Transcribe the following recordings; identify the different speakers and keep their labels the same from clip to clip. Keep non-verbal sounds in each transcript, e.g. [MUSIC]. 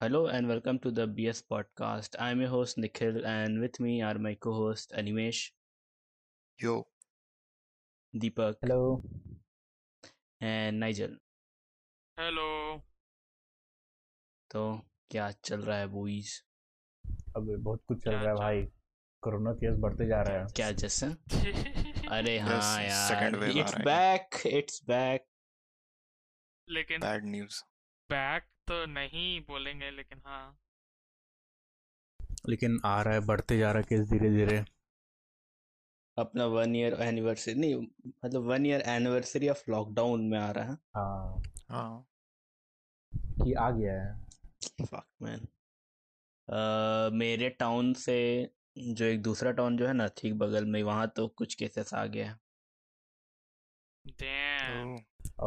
Speaker 1: Hello and welcome to the BS podcast. I'm your host Nikhil, and with me are my co host Animesh,
Speaker 2: Yo,
Speaker 1: Deepak,
Speaker 3: Hello.
Speaker 1: and Nigel.
Speaker 4: Hello
Speaker 1: तो क्या चल रहा है boys
Speaker 3: अब बहुत कुछ चल
Speaker 4: क्या
Speaker 3: रहा है भाई कोरोना केस बढ़ते जा रहा है
Speaker 1: क्या जैसन
Speaker 4: चल
Speaker 1: अरे
Speaker 2: यस
Speaker 1: हाँ यार
Speaker 2: सेकंड वेव आ
Speaker 1: इट्स
Speaker 2: रहा है
Speaker 1: बैक इट्स बैक
Speaker 4: लेकिन
Speaker 2: बैड न्यूज
Speaker 4: बैक तो नहीं बोलेंगे लेकिन हाँ
Speaker 3: लेकिन आ रहा है बढ़ते जा रहा है केस धीरे धीरे
Speaker 1: अपना वन ईयर एनिवर्सरी नहीं मतलब one year anniversary of lockdown में आ रहा
Speaker 3: हाँ
Speaker 2: हाँ
Speaker 3: कि आ गया है
Speaker 1: है फक मैन मेरे टाउन से जो एक दूसरा टाउन जो है ना ठीक बगल में वहाँ तो कुछ केसेस आ गया है
Speaker 4: डैम
Speaker 2: ओ,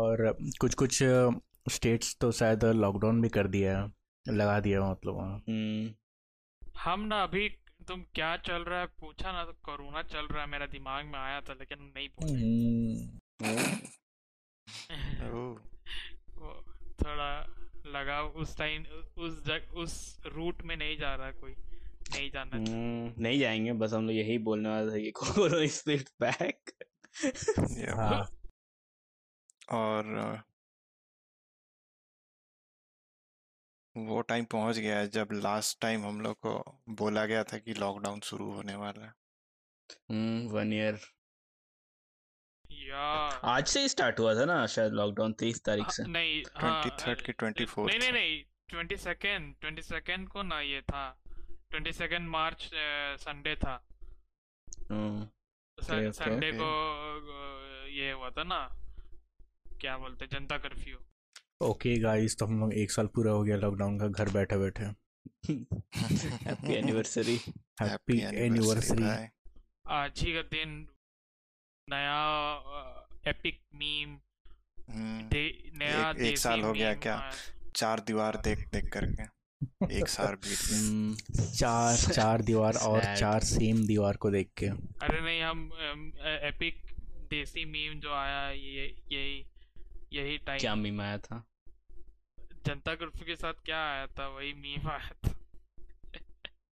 Speaker 3: और कुछ कुछ स्टेट्स तो शायद लॉकडाउन भी कर दिया है लगा दिया है मतलब वहाँ
Speaker 1: हम्म,
Speaker 4: हम ना अभी तुम क्या चल रहा है पूछा ना तो कोरोना चल रहा है मेरा दिमाग में आया था लेकिन नहीं
Speaker 1: हम्म,
Speaker 4: [LAUGHS] बोले
Speaker 2: हम्म। ओ,
Speaker 4: वो थोड़ा लगा उस टाइम उस जग उस रूट में नहीं जा रहा कोई नहीं जाना चाहिए
Speaker 1: हम्म, नहीं जाएंगे बस हम लोग यही बोलने वाला था कि कोरोना [LAUGHS] इज बैक
Speaker 2: yeah.
Speaker 3: हाँ
Speaker 2: और अ, वो टाइम पहुंच गया है जब लास्ट टाइम हम लोग को बोला गया था कि लॉकडाउन शुरू होने वाला है
Speaker 1: वन ईयर
Speaker 4: यार
Speaker 2: हाँ,
Speaker 1: आज से ही स्टार्ट हुआ था ना शायद लॉकडाउन तेईस तारीख
Speaker 4: हाँ,
Speaker 1: से
Speaker 4: नहीं हाँ
Speaker 2: ट्वेंटी थर्ड
Speaker 4: अरे,
Speaker 2: की ट्वेंटी
Speaker 4: अ, नहीं
Speaker 2: फोर्थ
Speaker 4: नहीं नहीं ट्वेंटी सेकेंड ट्वेंटी सेकेंड को ना ये था ट्वेंटी सेकेंड मार्च संडे था
Speaker 1: हम्म,
Speaker 4: तो सन-
Speaker 1: okay.
Speaker 4: Sunday
Speaker 2: Okay.
Speaker 4: को अ, ये हुआ था ना क्या बोलते जनता कर्फ्यू
Speaker 3: ओके गाइस तो हम लोग एक साल पूरा हो गया लॉकडाउन का घर बैठे बैठे
Speaker 1: हैप्पी एनिवर्सरी
Speaker 3: हैप्पी एनिवर्सरी
Speaker 2: भाई
Speaker 4: आज ही का दिन नया एपिक मीम
Speaker 2: हम्म,
Speaker 4: दे, नया
Speaker 2: एक- एक
Speaker 4: देसी
Speaker 2: साल हो गया
Speaker 4: meme
Speaker 2: क्या?
Speaker 4: आया।
Speaker 2: चार दीवार देख देख करके एक साल बीत
Speaker 1: [LAUGHS]
Speaker 2: गया
Speaker 1: हम्म, [LAUGHS]
Speaker 3: चार चार
Speaker 4: [LAUGHS]
Speaker 3: दीवार और
Speaker 1: Sad.
Speaker 3: चार सेम दीवार को देख के
Speaker 4: अरे नहीं हम एपिक देसी मीम जो आया ये यही यही
Speaker 1: क्या
Speaker 4: टाइम
Speaker 1: मीम आया था
Speaker 4: जनता कर्फ्यू के साथ क्या आया था वही मीम आया था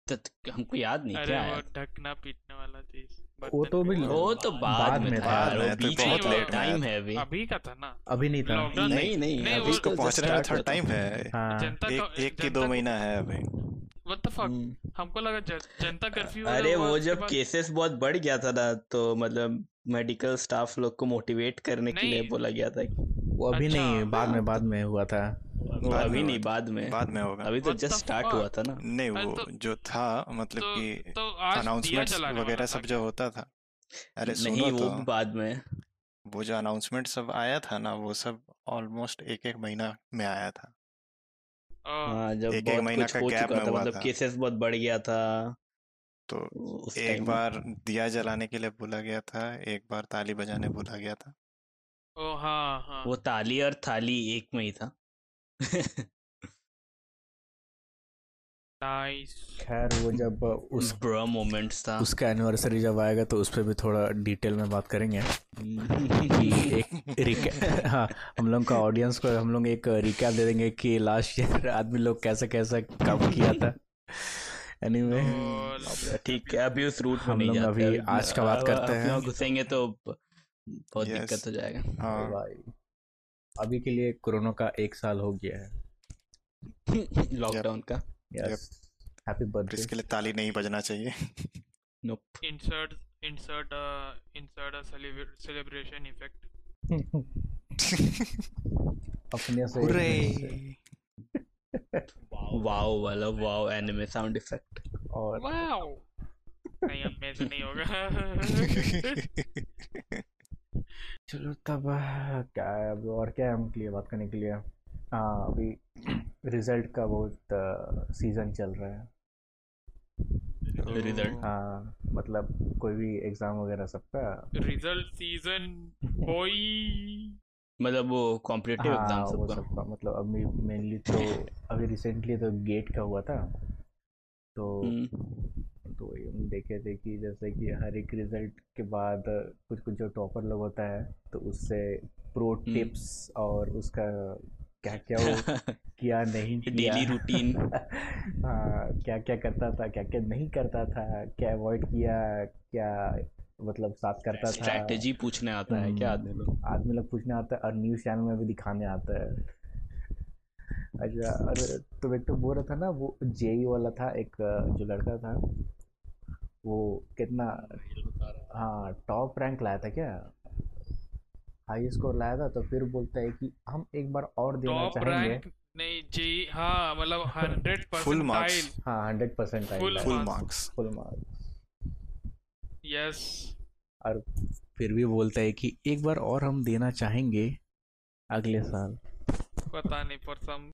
Speaker 1: तो तो हमको याद नहीं
Speaker 4: अरे
Speaker 1: क्या
Speaker 4: वो
Speaker 1: आया
Speaker 4: ढकना पीटने वाला चीज
Speaker 3: वो तो भी
Speaker 1: था। वो तो
Speaker 2: हाँ।
Speaker 1: बाद
Speaker 3: बाद
Speaker 1: में
Speaker 3: में
Speaker 1: था
Speaker 3: था।
Speaker 1: यार वो
Speaker 2: बाद में तो
Speaker 1: बीच में
Speaker 4: बहुत
Speaker 1: तो
Speaker 4: late में
Speaker 1: टाइम
Speaker 2: आया
Speaker 1: है अभी
Speaker 4: अभी का था ना
Speaker 3: अभी नहीं था
Speaker 4: लॉकडाउन
Speaker 1: नहीं नहीं
Speaker 4: नहीं,
Speaker 1: अभी
Speaker 4: वो-
Speaker 2: उसको
Speaker 1: तो just
Speaker 2: पहुंचने में
Speaker 1: start
Speaker 2: थोड़ा
Speaker 1: हुआ था
Speaker 2: टाइम है
Speaker 3: हाँ
Speaker 4: जनता
Speaker 2: एक
Speaker 4: क-
Speaker 2: एक की दो
Speaker 4: जनता
Speaker 2: महीना है अभी
Speaker 4: व्हाट द फक
Speaker 1: हम्म,
Speaker 4: हमको लगा जन- जनता कर्फ्यू वाला
Speaker 1: अरे
Speaker 4: हुआ
Speaker 1: वो
Speaker 4: उसके
Speaker 1: जब
Speaker 4: बाद
Speaker 1: केसेस बहुत बढ़ गया था ना तो मतलब मेडिकल स्टाफ लोग को मोटिवेट करने के लिए
Speaker 4: नहीं।
Speaker 1: बोला गया था कि-
Speaker 3: वो अभी
Speaker 4: अच्छा,
Speaker 3: नहीं बाद
Speaker 1: हाँ,
Speaker 3: में बाद में हुआ था
Speaker 1: वो
Speaker 2: बाद
Speaker 1: अभी
Speaker 2: में
Speaker 1: नहीं
Speaker 2: होगा
Speaker 1: बाद में
Speaker 2: बाद में होगा
Speaker 1: अभी तो
Speaker 4: What
Speaker 1: जस्ट
Speaker 4: the
Speaker 1: स्टार्ट हुआ था ना
Speaker 2: नहीं
Speaker 4: अरे
Speaker 2: वो
Speaker 4: तो
Speaker 2: जो था मतलब
Speaker 4: तो
Speaker 2: कि
Speaker 4: तो आज दिया
Speaker 2: अनाउंसमेंट्स
Speaker 4: जलाने वाला
Speaker 2: वगैरह
Speaker 4: था
Speaker 2: सब
Speaker 4: क्या
Speaker 2: जो होता था अरे सुनो
Speaker 1: नहीं वो
Speaker 2: तो
Speaker 1: भी बाद में
Speaker 4: हाँ।
Speaker 2: वो जो अनाउंसमेंट सब आया था ना वो सब ऑलमोस्ट एक एक महीना में आया था
Speaker 4: ओह,
Speaker 1: हाँ जब
Speaker 2: एक एक
Speaker 1: बहुत
Speaker 2: महीना
Speaker 1: कुछ
Speaker 2: का
Speaker 1: हो
Speaker 2: गैप
Speaker 1: चुका
Speaker 2: में
Speaker 1: था
Speaker 2: हुआ
Speaker 1: मतलब
Speaker 2: था
Speaker 1: केसेस बहुत बढ़ गया था
Speaker 2: तो
Speaker 1: उ- उस
Speaker 2: एक
Speaker 1: टाइम में
Speaker 2: बार दिया जलाने के लिए बोला गया था एक बार ताली बजाने बोला गया था
Speaker 4: ओ हाँ हाँ
Speaker 1: वो ताली और थाली एक में ही था
Speaker 4: नाइस
Speaker 3: खैर वो जब उस
Speaker 1: [LAUGHS] ब्रा मोमेंट्स था [LAUGHS]
Speaker 3: उसका एनिवर्सरी जब आएगा तो उस पर भी थोड़ा डिटेल में बात करेंगे कि एक रिक- [LAUGHS] हाँ हम लोग का ऑडियंस को हम लोग एक रिकैप दे देंगे कि लास्ट ईयर आदमी लोग कैसा कैसा कब किया था एनीवे
Speaker 4: तो
Speaker 1: अब ठीक है अभी उस रूट में
Speaker 3: हम
Speaker 1: नहीं
Speaker 3: लोग
Speaker 1: जाते
Speaker 3: अभी
Speaker 1: अभी
Speaker 3: आज का बात
Speaker 1: अब-
Speaker 3: करते
Speaker 1: अब
Speaker 3: हैं।
Speaker 1: यहाँ घुसेंगे तो ब- बहुत दिक्कत
Speaker 2: यस
Speaker 1: हो जाएगा [LAUGHS]
Speaker 2: और
Speaker 3: भाई अभी के लिए कोरोना का एक साल हो गया है
Speaker 2: जब
Speaker 1: लॉकडाउन का
Speaker 2: Yep.
Speaker 3: यस हैप्पी
Speaker 2: पर
Speaker 3: बर्थडे
Speaker 2: इसके लिए ताली नहीं बजना चाहिए
Speaker 1: nope
Speaker 4: insert insert insert celebration effect
Speaker 3: [LAUGHS] अपने से
Speaker 2: हुर्रे
Speaker 1: वाओ वाला वाओ एनिमे साउंड इफेक्ट
Speaker 3: और
Speaker 4: वाओ नहीं अब मेरे से नहीं
Speaker 2: [LAUGHS]
Speaker 4: होगा
Speaker 3: चलो तब आह, क्या है अब और क्या है हम के लिए बात करने के लिए हाँ अभी रिजल्ट का बहुत सीज़न चल रहा है
Speaker 2: [LAUGHS]
Speaker 1: रिजल्ट
Speaker 2: ओ,
Speaker 3: हाँ मतलब कोई भी एग्ज़ाम वगैरह सबका
Speaker 4: रिजल्ट सीजन बॉय
Speaker 1: मतलब वो कॉम्पिटिटिव एग्जाम
Speaker 3: हाँ वो
Speaker 1: सबका
Speaker 3: सबका मतलब अभी मेनली तो अभी रिसेंटली तो गेट का हुआ था तो
Speaker 1: हम्म,
Speaker 3: तो वही हम देखे थे कि जैसे कि हर एक रिजल्ट के बाद कुछ कुछ जो टॉपर लोग होता है तो उससे प्रो
Speaker 1: हम्म। [LAUGHS]
Speaker 3: टिप्स और उसका क्या क्या वो किया नहीं किया
Speaker 1: डेली रूटीन
Speaker 3: [LAUGHS] हाँ क्या क्या करता था क्या क्या नहीं करता था क्या अवॉइड किया क्या मतलब साथ करता था हम्म।
Speaker 1: स्ट्रैटेजी पूछने आता है क्या आदमी लोग
Speaker 3: आदमी लोग पूछने आता है और न्यूज़ चैनल में भी दिखाने आता है अच्छा अरे तो एक तो बोल रहा था ना वो जेई वाला था एक अ, जो लड़का था वो कितना हाँ टॉप रैंक लाया था क्या हाई स्कोर लाया था तो फिर बोलता है कि हम एक बार और देना
Speaker 4: टॉप
Speaker 3: चाहेंगे
Speaker 4: रैंक नहीं जी हाँ मतलब हंड्रेड
Speaker 2: Full marks.
Speaker 4: परसेंटाइल
Speaker 3: हाँ hundred percent
Speaker 4: Full
Speaker 2: full marks
Speaker 3: full marks
Speaker 4: yes
Speaker 3: और फिर भी बोलता है कि एक बार और हम देना चाहेंगे अगले साल
Speaker 4: पता नहीं पर सम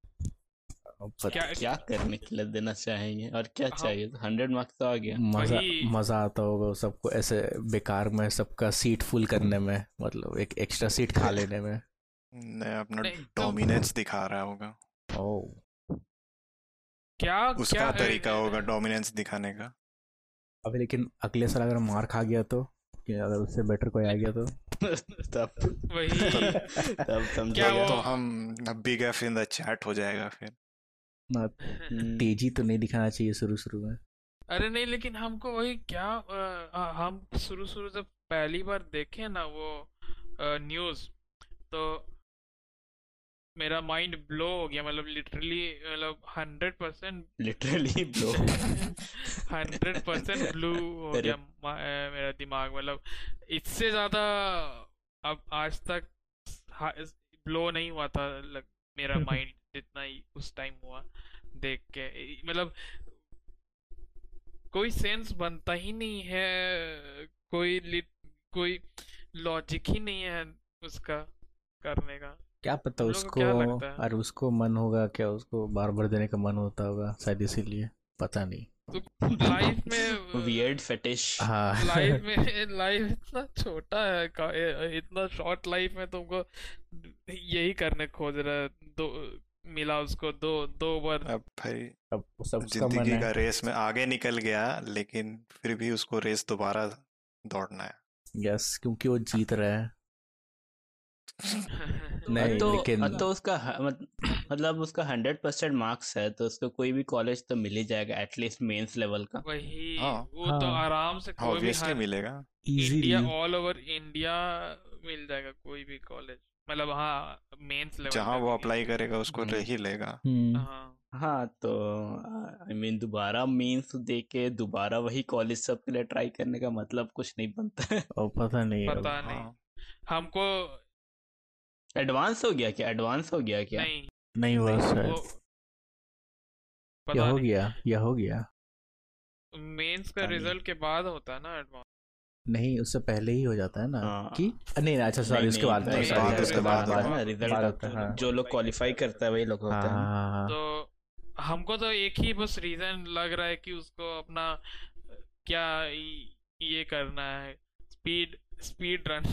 Speaker 3: अब पता-
Speaker 4: क्या
Speaker 1: क्या करने के लिए देना चाहेंगे और क्या
Speaker 4: हाँ।
Speaker 1: चाहिए हंड्रेड मार्क्स तो आ गया [LAUGHS]
Speaker 3: मजा
Speaker 4: वही-
Speaker 3: मजा आता होगा वो सबको ऐसे बेकार में सबका सीट फुल करने में मतलब एक एक्स्ट्रा सीट खा लेने में
Speaker 2: ने अपना
Speaker 4: नहीं, तो-
Speaker 2: डोमिनेंस दिखा रहा होगा
Speaker 3: ओ
Speaker 4: क्या
Speaker 2: उसका
Speaker 4: तो क्या
Speaker 2: तरीका होगा डोमिनेंस दिखाने का
Speaker 3: अभी लेकिन अगले साल अगर मार खा गया तो कि अगर उससे बेटर कोई आ गया तो
Speaker 1: तब
Speaker 2: [LAUGHS]
Speaker 4: वही
Speaker 1: तब समझा
Speaker 4: क्या वो-
Speaker 2: तो हम big F in the chat हो जाएगा फिर
Speaker 3: ना तेजी तो नहीं दिखाना चाहिए शुरू शुरू में
Speaker 4: [LAUGHS] अरे नहीं लेकिन हमको वही क्या अ, अ, हम शुरू शुरू जब पहली बार देखे ना वो न्यूज़ तो मेरा माइंड ब्लो हो गया मतलब लिटरली मतलब hundred percent
Speaker 1: literally blow
Speaker 4: hundred percent blue हो
Speaker 1: तो। अरे।
Speaker 4: गया मा- अ, मेरा दिमाग मतलब इससे ज़्यादा अब आज तक ब्लो नहीं हुआ था लग, मेरा माइंड जितना ही उस टाइम हुआ देख के इ- मतलब कोई सेंस बनता ही नहीं है कोई lit- कोई लॉजिक ही नहीं है उसका करने का
Speaker 3: क्या पता
Speaker 4: हम लोग को
Speaker 3: उसको
Speaker 4: क्या लगता है?
Speaker 3: और उसको मन होगा क्या उसको बार बार देने का मन होता होगा शायद इसीलिए पता नहीं
Speaker 4: लाइफ
Speaker 1: [LAUGHS]
Speaker 4: में
Speaker 1: वियर्ड फेटिश
Speaker 3: हाँ [LAUGHS]
Speaker 4: लाइफ में लाइफ इतना छोटा है का- ए- इतना शॉर्ट लाइफ में तुमको यही करने खोज रहा है दो मिला उसको दो दो बार
Speaker 2: [LAUGHS] अब भाई
Speaker 3: अब सबका मन
Speaker 2: जिंदगी का
Speaker 3: है
Speaker 2: रेस में आगे निकल गया लेकिन फिर भी उसको रेस दोबारा दौड़ना है
Speaker 3: यस क्योंकि वो जीत रहा है नहीं,
Speaker 1: तो
Speaker 3: लेकिन-
Speaker 1: अब तो उसका ह- मत- मतलब उसका हंड्रेड परसेंट मार्क्स है तो उसको कोई भी कॉलेज तो मिल ही जाएगा एटलीस्ट मेंस लेवल का
Speaker 4: वही
Speaker 2: हाँ,
Speaker 4: वो तो
Speaker 3: हाँ।
Speaker 4: आराम से कोई भी
Speaker 2: ऑब्वियसली
Speaker 4: हर
Speaker 2: मिलेगा
Speaker 3: easily
Speaker 4: India all over India मिल जाएगा कोई भी कॉलेज मतलब हाँ मेंस लेवल
Speaker 2: जहां
Speaker 4: तक
Speaker 2: वो
Speaker 4: ही।
Speaker 2: अप्लाई करेगा उसको
Speaker 1: हम्म।
Speaker 2: ले ही लेगा
Speaker 3: हम्म
Speaker 4: हाँ
Speaker 1: हाँ तो आई मीन दोबारा मेंस दे के दोबारा वही कॉलेज सब के लिए ट्राई करने का मतलब कुछ नहीं बनता [LAUGHS] है
Speaker 3: और पता नहीं अब
Speaker 4: पता नहीं
Speaker 2: हाँ
Speaker 4: हमको
Speaker 1: एडवांस हो गया क्या एडवांस हो गया क्या
Speaker 4: नहीं
Speaker 3: नहीं हुआ
Speaker 4: वो
Speaker 3: शायद
Speaker 4: पता
Speaker 3: यह हो
Speaker 4: नहीं
Speaker 3: गया यह हो गया
Speaker 4: मेंस का
Speaker 1: पता नहीं।
Speaker 4: रिजल्ट के बाद होता है ना एडवांस
Speaker 3: नहीं उससे पहले ही हो जाता है ना
Speaker 1: हाँ।
Speaker 3: कि नहीं नहीं, अच्छा सॉरी
Speaker 1: नहीं,
Speaker 3: उसके
Speaker 1: नहीं,
Speaker 3: बाद
Speaker 1: नहीं, नहीं,
Speaker 2: उसके बाद,
Speaker 1: नहीं,
Speaker 2: उसके
Speaker 1: नहीं,
Speaker 2: बाद,
Speaker 1: बाद
Speaker 2: बाद,
Speaker 1: में रिजल्ट
Speaker 3: बाद
Speaker 1: आता
Speaker 3: होता है,
Speaker 1: है
Speaker 3: हाँ।
Speaker 1: जो लोग क्वालिफाई करता है वही लोग होता है ना।
Speaker 3: हाँ
Speaker 4: तो हमको तो एक ही बस रीजन लग रहा है कि उसको अपना अ, क्या ये ये करना है स्पीड स्पीड रन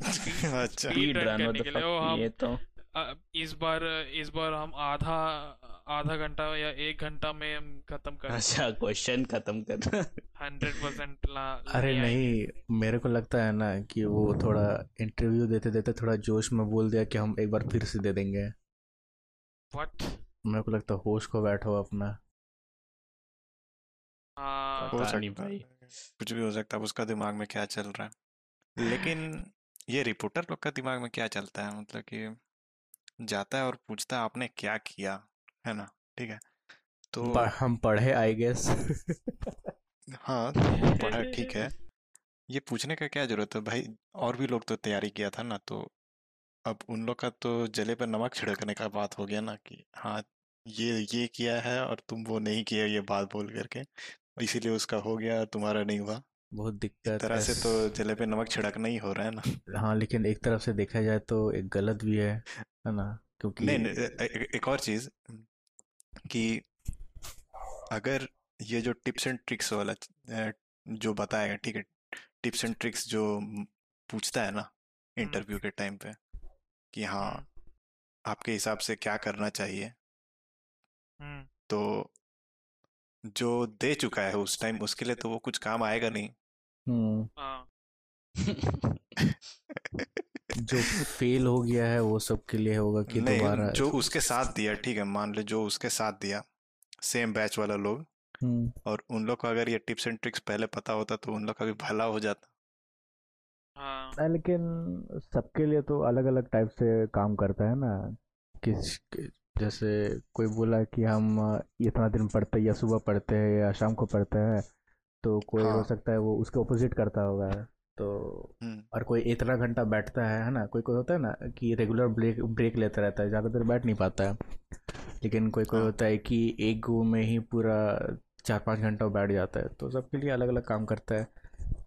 Speaker 2: [LAUGHS] अच्छा
Speaker 1: Speed
Speaker 4: रन
Speaker 1: run, what
Speaker 4: करने
Speaker 1: the
Speaker 4: के
Speaker 1: fuck,
Speaker 4: लिए वो हम
Speaker 1: ये
Speaker 4: [LAUGHS]
Speaker 1: तो
Speaker 4: अ, इस बार इस बार हम आधा आधा घंटा या एक घंटा में हम खत्म कर
Speaker 1: अच्छा क्वेश्चन खत्म करना
Speaker 4: हंड्रेड परसेंट ला
Speaker 3: अरे
Speaker 4: ले आएंगे।
Speaker 3: नहीं मेरे को लगता है ना कि वो थोड़ा इंटरव्यू देते देते थोड़ा जोश में बोल दिया कि हम एक बार फिर से दे देंगे
Speaker 4: What?
Speaker 3: मेरे को लगता है होश को बैठो अपना
Speaker 4: हाँ
Speaker 2: हो
Speaker 1: पता नहीं
Speaker 2: सकता
Speaker 1: भाई।
Speaker 2: है कुछ भी हो सकता है उसका दिमाग में क्या चल रहा है लेकिन ये रिपोर्टर लोग का दिमाग में क्या चलता है मतलब कि जाता है और पूछता है आपने क्या किया है ना ठीक है तो
Speaker 3: प- हम पढ़े आई गेस
Speaker 2: हाँ तो वो पढ़ा ठीक है ये पूछने का क्या जरूरत है भाई और भी लोग तो तैयारी किया था ना तो अब उन लोग का तो जले पर नमक छिड़कने का बात हो गया ना कि हाँ ये ये किया है और तुम वो नहीं किया ये बात बोल करके इसीलिए उसका हो गया और तुम्हारा नहीं हुआ
Speaker 3: [LAUGHS] बहुत
Speaker 2: एक
Speaker 3: दिक्कत
Speaker 2: तरह से तो
Speaker 3: ऐस-
Speaker 2: जले पे नमक छिड़कना ही हो रहा है ना
Speaker 3: हाँ लेकिन एक तरफ से देखा जाए तो एक गलत भी है है ना क्योंकि
Speaker 2: नहीं नहीं ए- ए- एक और चीज कि अगर ये जो टिप्स एंड ट्रिक्स वाला अ, जो बताएगा ठीक है टिप्स एंड ट्रिक्स जो म, पूछता है ना इंटरव्यू के टाइम पे कि हाँ आपके हिसाब से क्या करना चाहिए
Speaker 4: हम्म
Speaker 2: तो जो दे चुका है उस टाइम उसके लिए तो वो कुछ काम आएगा नहीं
Speaker 1: [LAUGHS]
Speaker 3: हम्म,
Speaker 4: हाँ
Speaker 3: जो फेल हो गया है वो सब के लिए होगा कि दोबारा
Speaker 2: नहीं जो उसके साथ दिया ठीक है मान लो जो उसके साथ दिया सेम बैच वाला लोग
Speaker 3: हम्म,
Speaker 2: और उन लोग को अगर ये टिप्स एंड ट्रिक्स पहले पता होता तो उन लोग का भी भला हो जाता
Speaker 4: हाँ
Speaker 3: नहीं, लेकिन सबके लिए तो अलग अलग टाइप से काम करता है ना किस जैसे कोई बोला कि हम इतना दिन पढ़ते हैं या सुबह पढ़ते हैं या शाम को पढ़ते हैं तो कोई हो
Speaker 2: हाँ।
Speaker 3: सकता है वो उसके ऑपोजिट करता होगा तो
Speaker 2: हम्म,
Speaker 3: और कोई इतना घंटा बैठता है है ना कोई कोई होता है ना कि रेगुलर ब्रेक ब्रेक लेता रहता है ज़्यादा देर बैठ नहीं पाता है लेकिन कोई कोई
Speaker 2: हाँ।
Speaker 3: होता है कि एक गो में ही पूरा चार पाँच घंटा बैठ जाता है तो सबके लिए अलग अलग काम करता है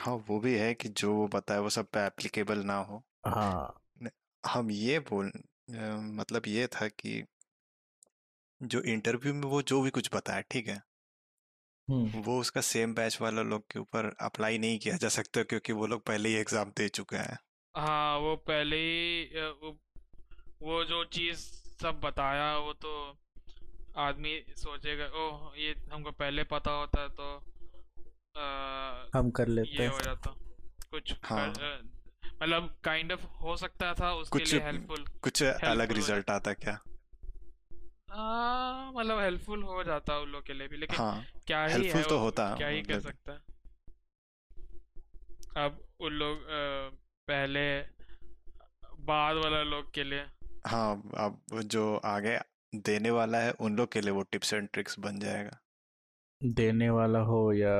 Speaker 2: हाँ वो भी है कि जो वो बताए वो सब पे एप्लीकेबल ना हो
Speaker 3: हाँ
Speaker 2: हम ये बोल अ, मतलब ये था कि जो इंटरव्यू में वो जो भी कुछ बताया ठीक है
Speaker 3: हम्म
Speaker 2: वो उसका सेम बैच वाला लोग के ऊपर अप्लाई नहीं किया जा सकता क्योंकि वो लोग पहले ही एग्जाम दे चुके हैं
Speaker 4: हाँ वो पहले ही अ, वो, वो जो चीज सब बताया वो तो आदमी सोचेगा ओह ये हमको पहले पता होता तो अ,
Speaker 3: हम कर लेते
Speaker 4: ये
Speaker 3: हैं
Speaker 4: हो जाता कुछ
Speaker 2: तो
Speaker 4: कर-
Speaker 2: हाँ।
Speaker 4: अ, मतलब काइंड ऑफ हो सकता था उसके
Speaker 2: कुछ-
Speaker 4: लिए हेल्पफुल
Speaker 2: कुछ अलग
Speaker 4: Helpful हो
Speaker 2: रिजल्ट आता क्या
Speaker 4: हाँ मतलब हेल्पफुल हो जाता उन लोग के लिए भी लेकिन
Speaker 2: हाँ
Speaker 4: क्या ही है
Speaker 2: हेल्पफुल तो
Speaker 4: वो,
Speaker 2: होता
Speaker 4: क्या ही कर
Speaker 2: मतलब
Speaker 4: सकता है अब उन लोग अ, पहले बाद वाला लोग के लिए
Speaker 2: हाँ अब वो जो आगे देने वाला है उन लोग के लिए वो टिप्स एंड ट्रिक्स बन जाएगा
Speaker 3: देने वाला हो या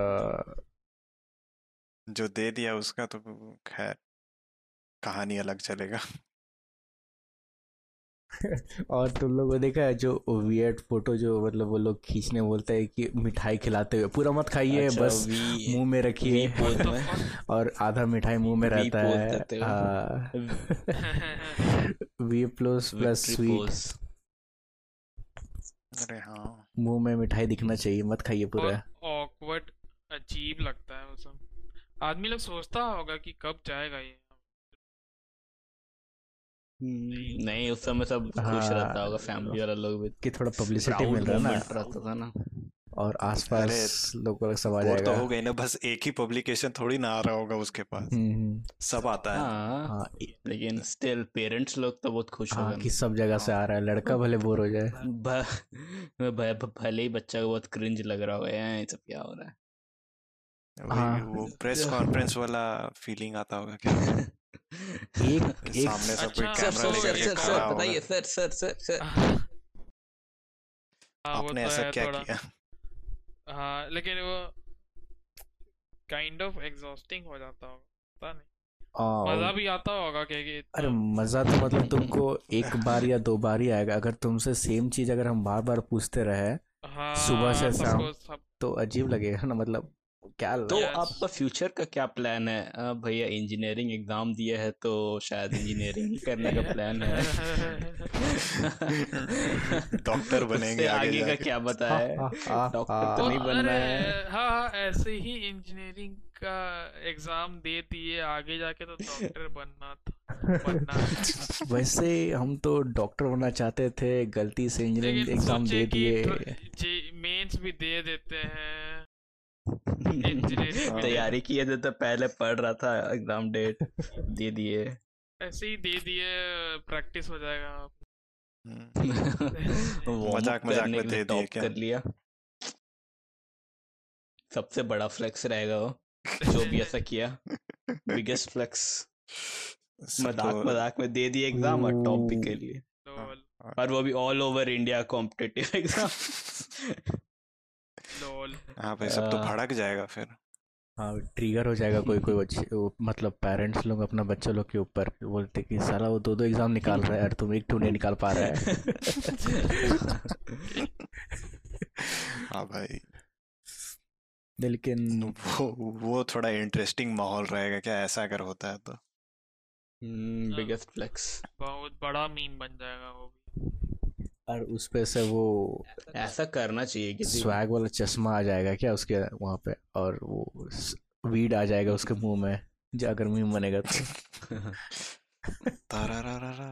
Speaker 2: जो दे दिया उसका तो खैर कहानी अलग चलेगा
Speaker 3: और तुम लोगों को देखा है जो वियर्ड फोटो जो मतलब वो लोग खींचने बोलते हैं कि मिठाई खिलाते हुए पूरा मत खाइए
Speaker 1: अच्छा,
Speaker 3: बस
Speaker 1: वी-
Speaker 3: मुंह में रखिए
Speaker 1: वी पोज
Speaker 4: तो
Speaker 3: [LAUGHS]
Speaker 1: में
Speaker 3: और आधा मिठाई मुंह में
Speaker 1: वी
Speaker 3: रहता
Speaker 1: पोज
Speaker 3: है
Speaker 1: देते हो। [LAUGHS]
Speaker 3: हाँ। V plus plus
Speaker 1: victory
Speaker 3: sweet
Speaker 1: pose
Speaker 2: अरे हाँ
Speaker 3: मुंह में मिठाई दिखना चाहिए मत खाइए पूरा
Speaker 4: ऑकवर्ड अजीब लगता है वो सब आदमी लोग सोचता होगा कि कब जाएगा ये
Speaker 1: नहीं उस समय सब खुश
Speaker 3: हाँ।
Speaker 1: रहता होगा फैमिली वाला लोग भी
Speaker 3: कि थोड़ा पब्लिसिटी
Speaker 1: Proud
Speaker 3: मिल रहा है
Speaker 1: moment
Speaker 3: ना
Speaker 1: रहता था ना
Speaker 3: और आसपास लोगों का सब आ
Speaker 2: बोर
Speaker 3: जाएगा
Speaker 2: तो हो गई ना बस एक ही पब्लिकेशन थोड़ी ना आ रहा होगा उसके पास
Speaker 3: हम्म, हम्म,
Speaker 2: सब आता है
Speaker 1: हाँ
Speaker 3: हाँ इ-
Speaker 1: लेकिन स्टिल पेरेंट्स लोग तो बहुत खुश
Speaker 3: हाँ कि
Speaker 1: होंगे
Speaker 3: सब जगह से आ रहा है
Speaker 1: हाँ।
Speaker 3: लड़का भले बोर हो जाए
Speaker 1: भ- भ- [LAUGHS] भ- भले ही बच्चा को बहुत क्रिंज लग रहा होगा "यार, ये सब क्या हो रहा है
Speaker 2: वही
Speaker 3: हाँ।
Speaker 2: वो प्रेस कॉन्फ्रेंस वाला फीलिंग आता होगा क्या
Speaker 1: [LAUGHS]
Speaker 3: एक
Speaker 2: कि
Speaker 3: एक
Speaker 2: सामने सब कोई
Speaker 4: अच्छा,
Speaker 1: सर
Speaker 2: कैमरा
Speaker 1: सर
Speaker 2: लेकर
Speaker 1: सर
Speaker 2: के
Speaker 1: सर
Speaker 2: खड़ा
Speaker 1: सर
Speaker 2: होगा
Speaker 1: बताइए सर सर सर सर
Speaker 4: हाँ वो
Speaker 2: आपने
Speaker 4: तो
Speaker 2: ऐसा
Speaker 4: है
Speaker 2: क्या
Speaker 4: थोड़ा
Speaker 2: किया
Speaker 4: हाँ लेकिन वो काइंड ऑफ एग्जॉस्टिंग हो जाता होगा पता नहीं
Speaker 3: और-
Speaker 4: मजा भी आता होगा कि कि
Speaker 3: अरे
Speaker 4: इतना-
Speaker 3: मज़ा तो मतलब तुमको एक बार या दो बार ही आएगा अगर तुमसे सेम चीज़ अगर हम बार बार पूछते रहे सुबह से
Speaker 4: हाँ
Speaker 3: शाम।
Speaker 4: सबको सब
Speaker 3: तो अजीब लगेगा ना मतलब क्या
Speaker 1: हम्म। तो
Speaker 4: Yes.
Speaker 1: आपका फ्यूचर का क्या प्लान है "आ, भैया इंजीनियरिंग एग्जाम दिया है तो शायद इंजीनियरिंग करने का प्लान
Speaker 2: [LAUGHS]
Speaker 1: है
Speaker 2: डॉक्टर
Speaker 1: [LAUGHS]
Speaker 2: बनेंगे
Speaker 1: उससे
Speaker 2: आगे
Speaker 1: आगे का
Speaker 2: जाके।
Speaker 1: क्या बताया
Speaker 3: हाँ,
Speaker 1: डॉक्टर
Speaker 3: हाँ।
Speaker 1: तो नहीं
Speaker 4: ओ,
Speaker 1: बनना
Speaker 4: अरे
Speaker 1: है
Speaker 4: हाँ ऐसे ही इंजीनियरिंग का एग्जाम दे दिए आगे जाके तो डॉक्टर बनना था बनना है
Speaker 3: वैसे हम तो डॉक्टर होना चाहते थे गलती से इंजीनियरिंग
Speaker 4: लेकिन
Speaker 3: एग्जाम
Speaker 4: सोचे
Speaker 3: दे
Speaker 4: कि
Speaker 3: दिए
Speaker 4: ट्र- जी मेंस भी दे देते हैं हाँ। Engineering में
Speaker 1: [LAUGHS] तैयारी किए थे तो पहले पढ़ रहा था एग्जाम डेट दे
Speaker 2: [LAUGHS]
Speaker 1: दिए
Speaker 4: ऐसे ही दे दिए प्रैक्टिस हो जाएगा
Speaker 2: हम्म,
Speaker 1: वार्म
Speaker 2: मजाक-
Speaker 1: अप
Speaker 2: मजाक
Speaker 1: करने
Speaker 2: में
Speaker 1: के लिए
Speaker 2: दे दिए
Speaker 1: टॉप
Speaker 2: क्या?
Speaker 1: कर लिया सबसे बड़ा फ्लेक्स रहेगा वो जो
Speaker 4: [LAUGHS]
Speaker 1: भी ऐसा किया बिगेस्ट फ्लेक्स
Speaker 2: सब
Speaker 1: मजाक
Speaker 2: तो-
Speaker 1: मजाक में दे दिए एग्जाम और टॉप भी कर लिए
Speaker 4: लोल
Speaker 1: और वो भी all over India [LAUGHS] competitive exam
Speaker 4: lol
Speaker 2: हाँ भाई सब तो
Speaker 1: आ,
Speaker 2: भड़क जाएगा फिर
Speaker 3: हाँ ट्रिगर हो जाएगा कोई कोई
Speaker 4: [LAUGHS]
Speaker 3: बच्चे वो मतलब पेरेंट्स लोग अपना बच्चे लोग के ऊपर बोलते कि साला वो दो दो एग्जाम निकाल रहा है और तुम एक ठो नहीं निकाल पा
Speaker 1: [LAUGHS]
Speaker 3: रहा है
Speaker 2: हाँ भाई
Speaker 3: लेकिन
Speaker 2: वो वो थोड़ा इंटरेस्टिंग माहौल रहेगा क्या ऐसा अगर होता है तो
Speaker 1: Hmm,
Speaker 4: हाँ।
Speaker 1: बिगेस्ट फ्लेक्स
Speaker 4: बहुत बड़ा मीम बन जाएगा वो भी
Speaker 3: और उस पे से
Speaker 4: [LAUGHS]
Speaker 3: वो
Speaker 1: ऐसा करना चाहिए किसी को।
Speaker 3: स्वैग वाला चश्मा आ जाएगा क्या उसके वहां पे और वो वीड आ जाएगा उसके मुंह में जो अगर मुंह बनेगा तो
Speaker 4: [LAUGHS]
Speaker 2: तारारारारा।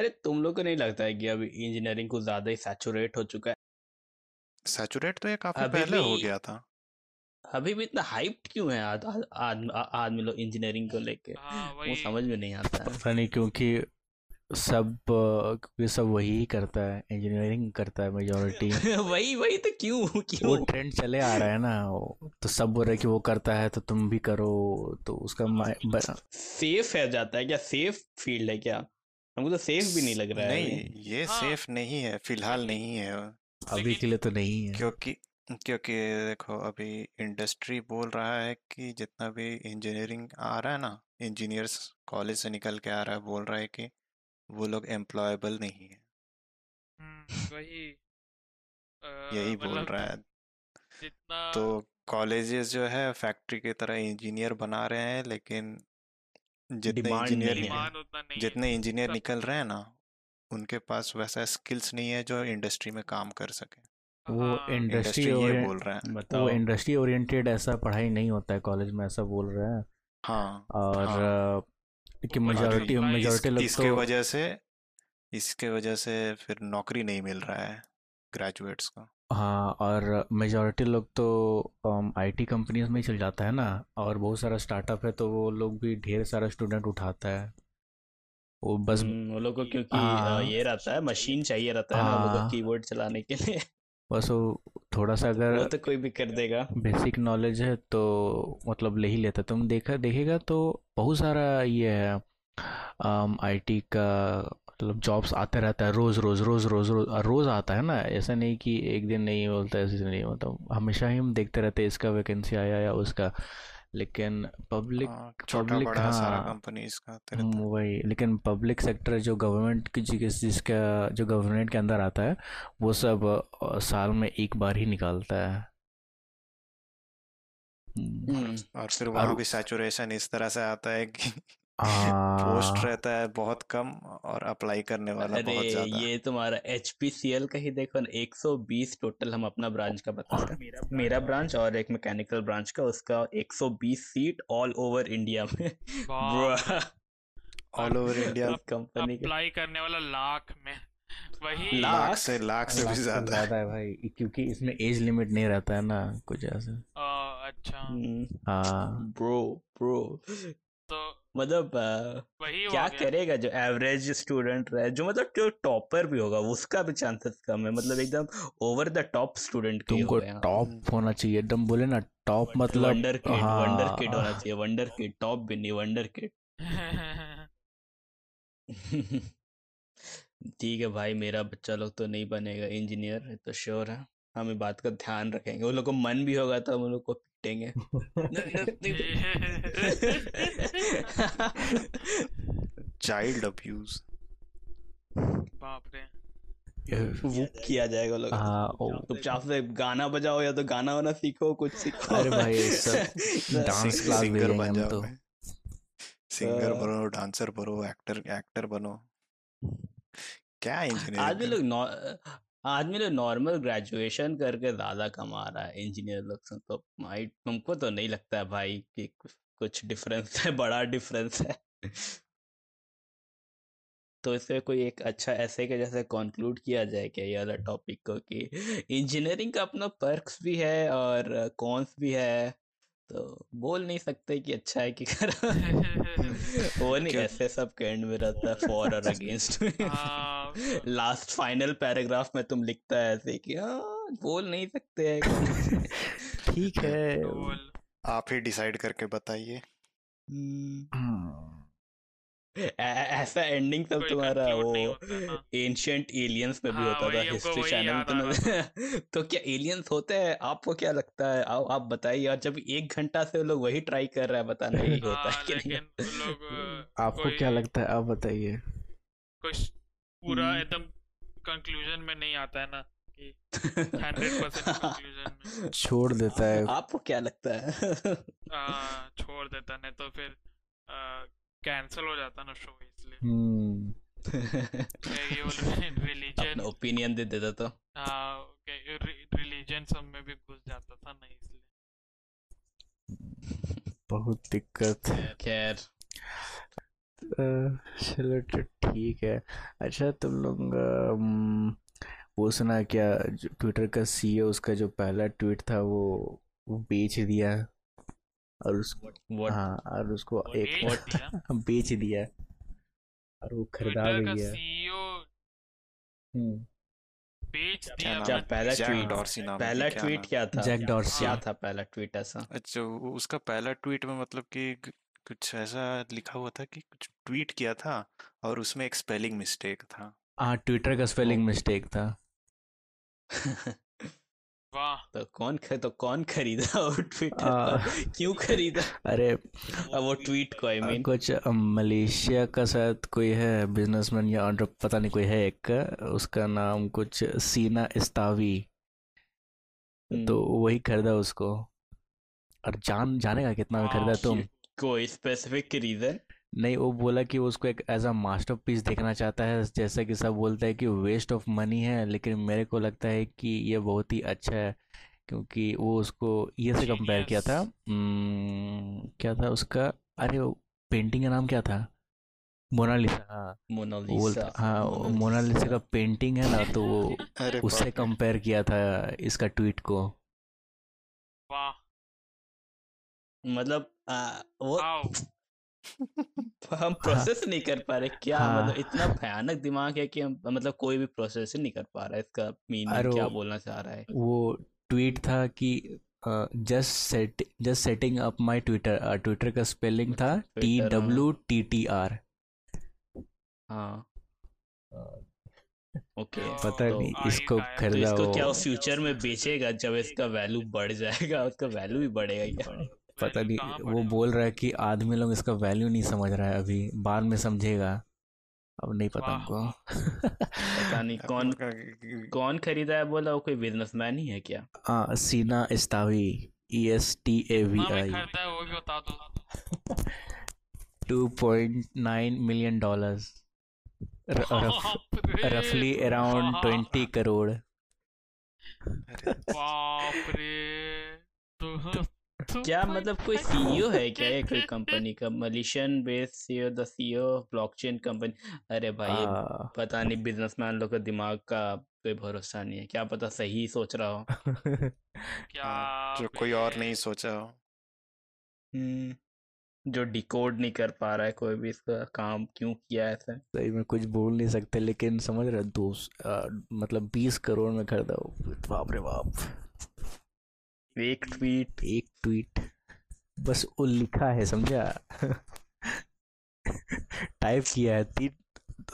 Speaker 1: अरे तुम लोग को नहीं लगता है कि अब इंजीनियरिंग को ज्यादा ही सैचुरेट हो चुका है
Speaker 2: सैचुरेट तो ये काफी
Speaker 1: अभी
Speaker 2: पहले हो
Speaker 1: भी-
Speaker 2: गया था
Speaker 1: अभी भी इतना हाइप्ड क्यों है आद- आद- आद- आ- आदमी लोग इंजीनियरिंग को लेके
Speaker 4: हाँ
Speaker 1: [LAUGHS] वो
Speaker 4: वही
Speaker 1: समझ में नहीं आता है
Speaker 3: पता नहीं क्योंकि सब अ, क्योंकि सब वही ही करता है इंजीनियरिंग करता है मेजोरिटी
Speaker 1: [LAUGHS] वही वही तो क्यों
Speaker 3: वो
Speaker 1: क्यों
Speaker 3: ट्रेंड चले आ रहा है ना वो- तो सब बोल रहे हैं कि वो करता है तो तुम भी करो तो उसका माइ- ब-
Speaker 1: सेफ है जाता है क्या सेफ फील्ड है क्या हमको तो सेफ भी नहीं लग रहा है ये।
Speaker 2: नहीं ये
Speaker 4: हाँ।
Speaker 2: सेफ नहीं है फिलहाल नहीं है
Speaker 3: अभी के लिए तो नहीं है
Speaker 2: क्योंकि क्योंकि देखो अभी इंडस्ट्री बोल रहा है कि जितना भी इंजीनियरिंग आ रहा है ना इंजीनियर्स कॉलेज से निकल के आ रहा है बोल रहा है कि वो लोग एम्प्लॉयबल नहीं है
Speaker 4: हम्म, वही अ,
Speaker 2: यही बोल
Speaker 4: मतलब हाँ।
Speaker 2: रहा है
Speaker 4: जितना
Speaker 2: तो कॉलेजेस जो है फैक्ट्री की तरह इंजीनियर बना रहे हैं लेकिन जितने
Speaker 1: Demand नहीं
Speaker 2: इंजीनियर
Speaker 1: है।
Speaker 4: डिमांड उतना नहीं है
Speaker 2: जितने इंजीनियर
Speaker 4: सब-
Speaker 2: निकल रहे हैं ना उनके पास वैसा स्किल्स नहीं है जो इंडस्ट्री में काम कर सके
Speaker 3: वो
Speaker 4: हाँ,
Speaker 3: इंडस्ट्री
Speaker 2: इंडस्ट्री ये
Speaker 3: ओरिएंट
Speaker 2: बोल रहा है
Speaker 1: बताओ
Speaker 3: वो इंडस्ट्री ओरिएंटेड ऐसा पढ़ाई नहीं होता है कॉलेज में ऐसा बोल रहे हैं
Speaker 2: हाँ
Speaker 3: और
Speaker 2: हाँ।
Speaker 3: अ, कि
Speaker 4: ऊपर
Speaker 3: मेजोरिटी
Speaker 2: इस,
Speaker 4: वाली
Speaker 3: मेजोरिटी लोग
Speaker 2: इसके
Speaker 3: तो
Speaker 2: वजह से इसके वजह से फिर नौकरी नहीं मिल रहा है ग्रेजुएट्स को
Speaker 3: हाँ और मेजोरिटी लोग तो आईटी कंपनीज में ही चल जाता है ना और बहुत सारा स्टार्टअप है तो वो लोग भी ढेर सारा स्टूडेंट उठाता है वो बस
Speaker 1: हम्म, वो लोगों को क्योंकि अ,
Speaker 3: हाँ।
Speaker 1: ये रहता है मशीन चाहिए रहता है ना वो लोगों
Speaker 3: हाँ।
Speaker 1: को कीबोर्ड चलाने के लिए [LAUGHS]
Speaker 3: बस वो थोड़ा सा
Speaker 1: वो
Speaker 3: अगर
Speaker 1: तो कोई भी कर देगा
Speaker 3: बेसिक नॉलेज है तो मतलब ले ही लेता है। तुम देखा देखेगा तो बहुत सारा ये है आईटी का मतलब जॉब्स आते रहता है रोज रोज रोज रोज रोज रोज आता है ना ऐसा नहीं कि एक दिन नहीं बोलता है ऐसे नहीं होता हमेशा ही हम देखते रहते हैं इसका वैकेंसी आया या उसका लेकिन पब्लिक
Speaker 2: हाँ, छोटा
Speaker 3: public,
Speaker 2: बड़ा सारा
Speaker 3: हाँ।
Speaker 2: कंपनीज का तेरे
Speaker 3: हम्म, वही लेकिन पब्लिक सेक्टर जो गवर्नमेंट की जिस जिसका जो गवर्नमेंट के अंदर आता है वो सब अ, साल में एक बार ही निकालता है हम्म,
Speaker 1: हम्म,
Speaker 2: और फिर वहाँ
Speaker 3: और-
Speaker 2: भी सैचुरेशन इस तरह से आता है कि [LAUGHS] पोस्ट
Speaker 3: हाँ
Speaker 2: रहता है बहुत कम और अप्लाई करने वाला
Speaker 1: अरे
Speaker 2: बहुत ज्यादा
Speaker 1: ये तुम्हारा एच पी सी एल का ही देखो ना एक सौ बीस टोटल हम अपना ब्रांच का बता रहे हैं मेरा ब्रांच और एक मैकेनिकल ब्रांच का उसका एक सौ बीस सीट ऑल ओवर इंडिया में [LAUGHS]
Speaker 4: बाप रे।
Speaker 2: ऑल ओवर इंडिया
Speaker 3: [LAUGHS]
Speaker 1: उस कंपनी के
Speaker 4: अप्लाई करने वाला लाख में वही
Speaker 1: लाख?
Speaker 2: लाख से लाख से
Speaker 3: लाख
Speaker 2: भी
Speaker 3: से
Speaker 2: ज्यादा है। [LAUGHS]
Speaker 3: ज्यादा है भाई क्योंकि इसमें एज लिमिट नहीं रहता है ना कुछ ऐसे
Speaker 4: अ, अच्छा
Speaker 1: हम्म।
Speaker 3: हाँ
Speaker 1: ब्रो ब्रो
Speaker 4: तो
Speaker 1: मतलब अ,
Speaker 4: वही हो
Speaker 1: क्या
Speaker 4: गया
Speaker 1: करेगा जो एवरेज स्टूडेंट रहे जो मतलब जो टॉपर भी होगा उसका भी चांसेस कम है मतलब एकदम ओवर द टॉप स्टूडेंट के ही
Speaker 3: तुमको
Speaker 1: हो गया
Speaker 2: हम्म।
Speaker 3: टॉप होना चाहिए एकदम बोले ना टॉप मतलब
Speaker 1: वंडर किड वंडर किड होना
Speaker 3: हाँ,
Speaker 1: चाहिए वंडर किड टॉप भी नहीं वंडर किड [LAUGHS] ठीक है भाई मेरा बच्चा लोग तो नहीं बनेगा इंजीनियर है तो श्योर है हम ये बात का ध्यान रखेंगे उन लोग को मन भी होगा तो हम उन लोग को
Speaker 3: [LAUGHS]
Speaker 1: पीटेंगे [LAUGHS] नहीं, नहीं, नहीं।
Speaker 2: चाइल्ड अब्यूज
Speaker 4: [LAUGHS] बाप रे
Speaker 1: वो किया जाएगा लोग
Speaker 3: हाँ, ओ,
Speaker 1: चुपचाप से तो गाना बजाओ या तो गाना वाना सीखो कुछ सीखो
Speaker 3: अरे भाई,
Speaker 1: [LAUGHS]
Speaker 3: सब डांस क्लास
Speaker 2: सिंगर
Speaker 3: भेजेंगे
Speaker 2: बन
Speaker 3: हम
Speaker 2: जाओ
Speaker 3: तो।
Speaker 2: सिंगर
Speaker 1: हाँ।
Speaker 2: बनो डांसर बनो एक्टर एक्टर बनो क्या इंजीनियरिंग
Speaker 1: आदमी लोग नॉ- आदमी लोग नॉर्मल ग्रेजुएशन करके ज्यादा कमा रहा है इंजीनियर लोग से तो भाई तुमको तो नहीं लगता है भाई कि कुछ- कुछ डिफरेंस है बड़ा डिफरेंस है [LAUGHS] तो इसमें कोई एक अच्छा ऐसे के जैसे कंक्लूड किया जाए क्या ये वाला टॉपिक को कि इंजीनियरिंग का अपना पर्क्स भी है और कॉन्स भी है तो बोल नहीं सकते कि अच्छा है कि
Speaker 4: [LAUGHS]
Speaker 1: खराब है। वो नहीं
Speaker 2: क्यों-
Speaker 1: ऐसे सब के एंड में रहता है फॉर और अगेंस्ट
Speaker 4: हाँ,
Speaker 1: लास्ट फाइनल पैराग्राफ में तुम लिखता है ऐसे कि "हाँ, बोल नहीं सकते हैं कुछ।"
Speaker 3: ठीक है
Speaker 4: बोल
Speaker 2: आप ही डिसाइड करके बताइए
Speaker 1: हम्म,
Speaker 3: हम्म,
Speaker 1: ऐ- ऐ- ऐसा एंडिंग सब
Speaker 4: कोई
Speaker 1: तुम्हारा
Speaker 4: conclude
Speaker 1: वो
Speaker 4: नहीं होता है ना।
Speaker 1: एंशियंट एलियंस में भी
Speaker 4: हाँ,
Speaker 1: होता था
Speaker 4: वही हमको
Speaker 1: हिस्ट्री
Speaker 4: वही
Speaker 1: चैनल में
Speaker 4: याद आ
Speaker 1: तुमने [LAUGHS] तो क्या एलियंस होते हैं आपको क्या लगता है आओ आप बताइए और जब एक घंटा से वो लोग वही ट्राई कर रहा है बताने की कि होता है
Speaker 4: हाँ,
Speaker 1: कि नहीं
Speaker 4: लेकिन वो लोग
Speaker 1: हम्म।
Speaker 4: अ,
Speaker 3: आपको
Speaker 4: कोई
Speaker 3: क्या लगता है आप बताइए
Speaker 4: कुछ पूरा
Speaker 1: हम्म।
Speaker 4: एकदम कंक्लूजन में नहीं आता है ना कि
Speaker 1: [LAUGHS]
Speaker 4: 100% कंक्लूजन में
Speaker 3: छोड़ देता है
Speaker 1: हाँ। आपको क्या लगता है [LAUGHS]
Speaker 4: आ, छोड़ देता नहीं तो फिर कैंसिल हो जाता ना शो
Speaker 3: [LAUGHS]
Speaker 4: इसलिए
Speaker 3: हम्म,
Speaker 4: ये
Speaker 1: [LAUGHS]
Speaker 4: रिलीजन
Speaker 1: अपना ओपिनियन दे देता तो
Speaker 4: रिलीजन सब में भी घुस जाता था ना इसलिए
Speaker 3: बहुत दिक्कत है
Speaker 1: खैर
Speaker 3: अ, चलो तो ठीक है अच्छा तुम लोग E अम, वो सुना क्या ट्विटर का सीईओ उसका जो पहला ट्वीट था वो वो बेच दिया और उसको
Speaker 1: व्हाट
Speaker 3: हाँ और उसको
Speaker 4: वो
Speaker 3: एक
Speaker 4: बेच
Speaker 3: [LAUGHS]
Speaker 4: दिया
Speaker 3: बेच दिया और वो खरीदा
Speaker 4: ट्विटर
Speaker 3: भी
Speaker 4: का
Speaker 1: E
Speaker 3: गया
Speaker 4: सीईओ
Speaker 3: हम्म,
Speaker 4: बेच
Speaker 2: क्या
Speaker 4: दिया
Speaker 2: नाम
Speaker 1: क्या
Speaker 4: मतलब
Speaker 1: पहला
Speaker 2: जैक
Speaker 1: tweet-
Speaker 2: डॉर्सी नाम है,
Speaker 1: पहला
Speaker 2: क्या
Speaker 1: ट्वीट
Speaker 2: नाम?
Speaker 1: क्या हाँ। था
Speaker 3: जैक डॉर्सी
Speaker 1: क्या था पहला ट्वीट ऐसा [LAUGHS]
Speaker 2: अच्छा वो- उसका पहला ट्वीट में मतलब कि क- कुछ ऐसा लिखा हुआ था कि कुछ ट्वीट किया था और उसमें एक स्पेलिंग मिस्टेक था
Speaker 3: हाँ ट्विटर का
Speaker 1: Oh.
Speaker 3: स्पेलिंग मिस्टेक था
Speaker 4: वाह
Speaker 1: तो कौन ख, तो कौन खरीदा वो ट्विटर
Speaker 3: आ,
Speaker 1: को क्यों खरीदा
Speaker 3: अरे
Speaker 1: अब वो ट्वीट को आई
Speaker 3: आ,
Speaker 1: मीन
Speaker 3: कुछ अ, मलेशिया का शायद कोई है बिजनेसमैन या ऑन्टर पता नहीं कोई है एक उसका नाम कुछ सीना इस्तावी
Speaker 1: हम्म,
Speaker 3: तो वही खरीदा उसको और जान जानेगा कितना में खरीदा
Speaker 4: वाह,
Speaker 3: तुम
Speaker 1: कोई स्पेसिफिक रीजन
Speaker 3: नहीं वो बोला कि वो उसको एक एज अ मास्टरपीस देखना चाहता है जैसा कि सब बोलते हैं कि वेस्ट ऑफ मनी है लेकिन मेरे को लगता है कि ये बहुत ही अच्छा है क्योंकि वो उसको ये से कंपेयर किया था उम्म, क्या था उसका अरे वो पेंटिंग का नाम क्या था मोनालिसा हाँ बोलता
Speaker 1: मोनालिसा
Speaker 3: हाँ वो मोनालिसा का पेंटिंग है ना
Speaker 1: [LAUGHS]
Speaker 3: तो वो
Speaker 2: अरे
Speaker 3: उससे
Speaker 2: बाप रे।
Speaker 3: कंपेयर किया था इसका ट्वीट को
Speaker 4: वाह
Speaker 1: मतलब आ, वो
Speaker 4: वाओ
Speaker 1: हम प्रोसेस नहीं कर पा रहे क्या
Speaker 3: हाँ।
Speaker 1: मतलब इतना भयानक दिमाग है कि हम मतलब कोई भी प्रोसेस ही नहीं कर पा रहा है इसका
Speaker 3: अरे
Speaker 1: मीनिंग क्या
Speaker 3: वो-
Speaker 1: बोलना चाह रहा है
Speaker 3: वो ट्वीट था कि just set just setting up my Twitter Twitter का स्पेलिंग था टी
Speaker 1: Twitter, हाँ।
Speaker 3: डब्ल्यू टी टी आर
Speaker 1: हाँ ओके
Speaker 4: तो
Speaker 3: पता
Speaker 1: तो-
Speaker 3: नहीं
Speaker 4: आई
Speaker 3: इसको
Speaker 4: गायब।
Speaker 1: तो
Speaker 3: खरीदा
Speaker 1: इसको क्या
Speaker 3: वो
Speaker 1: वो फ्यूचर में बेचेगा जब इसका वैल्यू बढ़ जाएगा उसका वैल्यू भी बढ़ेगा क्या
Speaker 3: पता
Speaker 4: value
Speaker 3: नहीं
Speaker 4: कहाँ
Speaker 3: वो
Speaker 4: पड़ेगा?
Speaker 3: बोल रहा है कि आदमी लोग इसका वैल्यू नहीं समझ रहा है अभी बाद में समझेगा अब नहीं पता
Speaker 4: वाह,
Speaker 3: हमको [LAUGHS]
Speaker 1: पता नहीं
Speaker 2: अब
Speaker 1: कौन
Speaker 2: उनका ग- ग-
Speaker 1: कौन खरीदा है बोला वो कोई बिजनेसमैन ही है क्या
Speaker 3: हाँ Sina Estavi E E S T A V
Speaker 1: हाँ,
Speaker 4: कितना में
Speaker 3: आई
Speaker 4: खरीदा है वो भी बता दो
Speaker 3: two point nine million dollars
Speaker 1: [LAUGHS]
Speaker 4: बाप रे,
Speaker 3: रफली अराउंड
Speaker 4: बाप
Speaker 3: ट्वेंटी करोड़
Speaker 2: अरे
Speaker 4: बाप रे तो, तो
Speaker 1: क्या मतलब कोई सीईओ है क्या ये
Speaker 4: [LAUGHS]
Speaker 1: कोई कंपनी का Malaysian based CEO the CEO blockchain company अरे भाई ये
Speaker 3: आ,
Speaker 1: पता नहीं बिजनेसमैन लोग का दिमाग का कोई भरोसा नहीं है क्या पता सही सोच रहा हो
Speaker 4: क्या
Speaker 2: हाँ, जो कोई और नहीं सोचा हो
Speaker 1: हम्म जो डिकोड नहीं कर पा रहा है कोई भी इसका काम क्यों किया ऐसा
Speaker 3: सही में कुछ बोल नहीं सकते लेकिन समझ रहे हो, दो सौ- आ, मतलब बीस करोड़ में खरीदा हो बाप रे बाप
Speaker 1: एक ट्वीट
Speaker 3: एक ट्वीट बस वो लिखा है समझा टाइप किया है तीन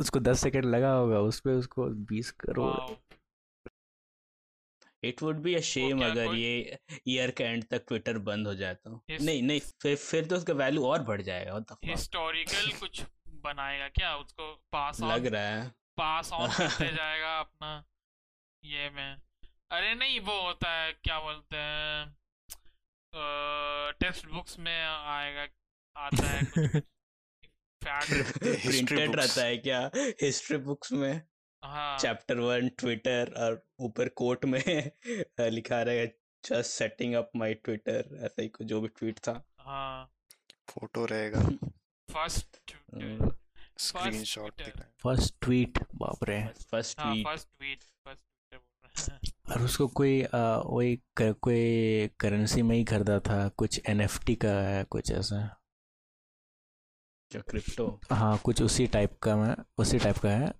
Speaker 3: उसको दस सेकंड लगा होगा उस पे उसको बीस crore
Speaker 4: wow,
Speaker 1: [LAUGHS] it would be a shame
Speaker 4: क्या
Speaker 1: अगर
Speaker 4: कोई-
Speaker 1: ये ईयर के एंड तक ट्विटर बंद हो जाए तो
Speaker 4: इस-
Speaker 1: नहीं नहीं फिर फिर तो उसका वैल्यू और बढ़ जाएगा what the fuck?
Speaker 4: हिस्टोरिकल कुछ बनाएगा क्या उसको पास
Speaker 1: लग
Speaker 4: ऑन
Speaker 1: रहा है
Speaker 4: पास ऑन
Speaker 1: [LAUGHS]
Speaker 4: करते जाएगा अपना ये में अरे नहीं वो होता है क्या बोलते हैं टेक्स्ट बुक्स में आएगा आता है कुछ
Speaker 1: [LAUGHS]
Speaker 4: फैक्ट
Speaker 2: [LAUGHS] History
Speaker 1: प्रिंटेड
Speaker 2: books.
Speaker 1: रहता है क्या हिस्ट्री बुक्स में [LAUGHS]
Speaker 4: हाँ
Speaker 1: चैप्टर वन ट्विटर और ऊपर कोट में लिखा रहेगा just setting up my Twitter ऐसा ही कुछ जो भी ट्वीट
Speaker 2: [LAUGHS]
Speaker 1: था
Speaker 4: हाँ
Speaker 2: फोटो रहेगा
Speaker 4: फर्स्ट
Speaker 1: Hmm,
Speaker 2: स्क्रीनशॉट दिख
Speaker 4: Twitter।
Speaker 2: रहा
Speaker 3: फर्स्ट ट्वीट बाप रे
Speaker 1: फर्स्ट
Speaker 4: हाँ
Speaker 1: ट्वीट
Speaker 4: फर्स्ट ट्वीट फर्स्ट
Speaker 1: [LAUGHS]
Speaker 3: और उसको कोई आ, वही कर, कोई करेंसी में ही खरीदा था कुछ एनएफटी का है कुछ ऐसा
Speaker 1: जो
Speaker 4: [LAUGHS]
Speaker 1: क्रिप्टो
Speaker 3: हाँ कुछ उसी टाइप का मैं उसी टाइप का है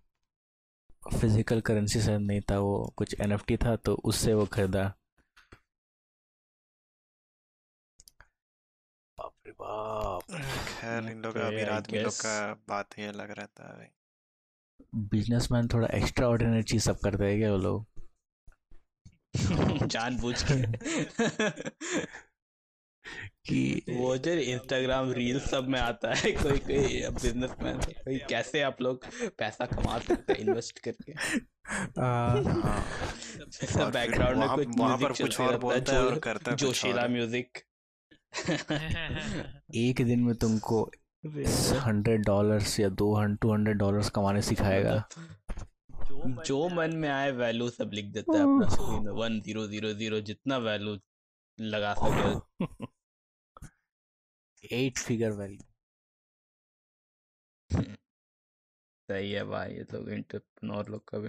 Speaker 3: फिजिकल करेंसी शायद नहीं था वो कुछ एनएफटी था तो उससे वो खरीदा बाप रे बाप
Speaker 2: है खैर इन लोग का
Speaker 1: Okay, I
Speaker 2: अमीर आदमी लोग
Speaker 1: guess.
Speaker 2: का बात ही अलग रहता है
Speaker 1: [LAUGHS]
Speaker 2: भाई।
Speaker 3: बिजनेसमैन थोड़ा एक्स्ट्रा ऑर्डिनरी चीज सब करते हैं क्या वो लोग
Speaker 1: जानबूझ के
Speaker 3: कि
Speaker 1: वो जो इंस्टाग्राम रील सब में आता है [LAUGHS] कोई कोई बिजनेसमैन कोई कैसे आप लोग पैसा कमा सकते हैं इन्वेस्ट करके
Speaker 3: आ,
Speaker 2: हाँ, और फिर
Speaker 1: बैकग्राउंड में
Speaker 2: वहाँ-
Speaker 1: कुछ
Speaker 2: वहाँ पर
Speaker 1: म्यूजिक चलते रहता है
Speaker 2: कुछ और बोलता है और
Speaker 1: जो-
Speaker 2: करता कुछ और
Speaker 1: जोशीला
Speaker 2: है।
Speaker 1: म्यूजिक
Speaker 4: ट्वीट
Speaker 3: एक दिन में तुमको हंड्रेड डॉलर्स या दो टू हंड्रेड डॉलर्स कमाने सिखाएगा
Speaker 1: [LAUGHS] मतलब [LAUGHS] जो मन में आए वैल्यू सब लिख देता है अपना स्क्रीन में वन जीरो जीरो जीरो जितना वैल्यू लगा सके
Speaker 3: एट फिगर वैल्यू
Speaker 1: सही है भाई ये तो लोग एंटरप्रेन्योर लोग का भी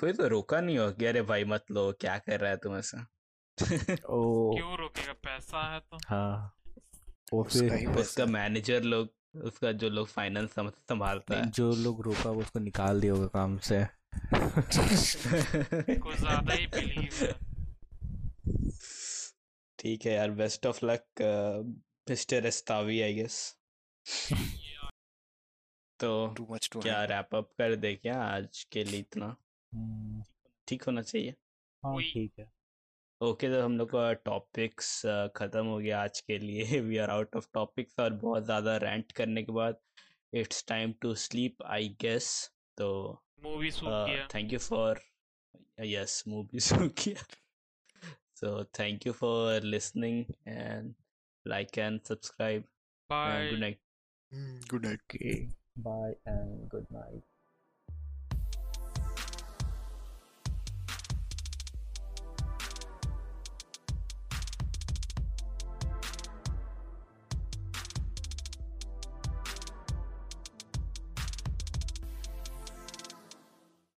Speaker 1: कोई तो रोका नहीं हो कि अरे भाई मत लो क्या कर रहा है तुम ऐसा [LAUGHS]
Speaker 3: ओ
Speaker 4: [LAUGHS] क्यों रोकेगा पैसा है तो
Speaker 3: हाँ वो
Speaker 2: उसका
Speaker 3: फिर
Speaker 2: ही पैसा
Speaker 1: उसका तो मैनेजर लोग उसका जो लोग फाइनेंस संभालता है
Speaker 3: जो लोग रोका वो उसको निकाल दिया होगा काम से
Speaker 4: कुछ ज्यादा ही बिलीव है
Speaker 1: [LAUGHS] ठीक है यार best of luck mister Estavi I guess
Speaker 4: [LAUGHS]
Speaker 1: तो
Speaker 2: टू मच टू
Speaker 1: क्या रैप अप कर दे क्या आज के लिए इतना
Speaker 3: हम्म,
Speaker 1: ठीक होना चाहिए
Speaker 3: हाँ
Speaker 4: कोई-
Speaker 3: ठीक है
Speaker 1: ओके तो हम लोग का टॉपिक्स ख़त्म हो गया आज के लिए [LAUGHS] we are out of topics और बहुत ज़्यादा रेंट करने के बाद it's time to sleep I guess तो
Speaker 4: मूवी सूख
Speaker 1: हाँ,
Speaker 4: गया
Speaker 1: thank you for yes movie [LAUGHS] सूखिया so thank you for listening and like and subscribe and
Speaker 4: bye
Speaker 1: good night
Speaker 2: good night
Speaker 3: okay bye and good night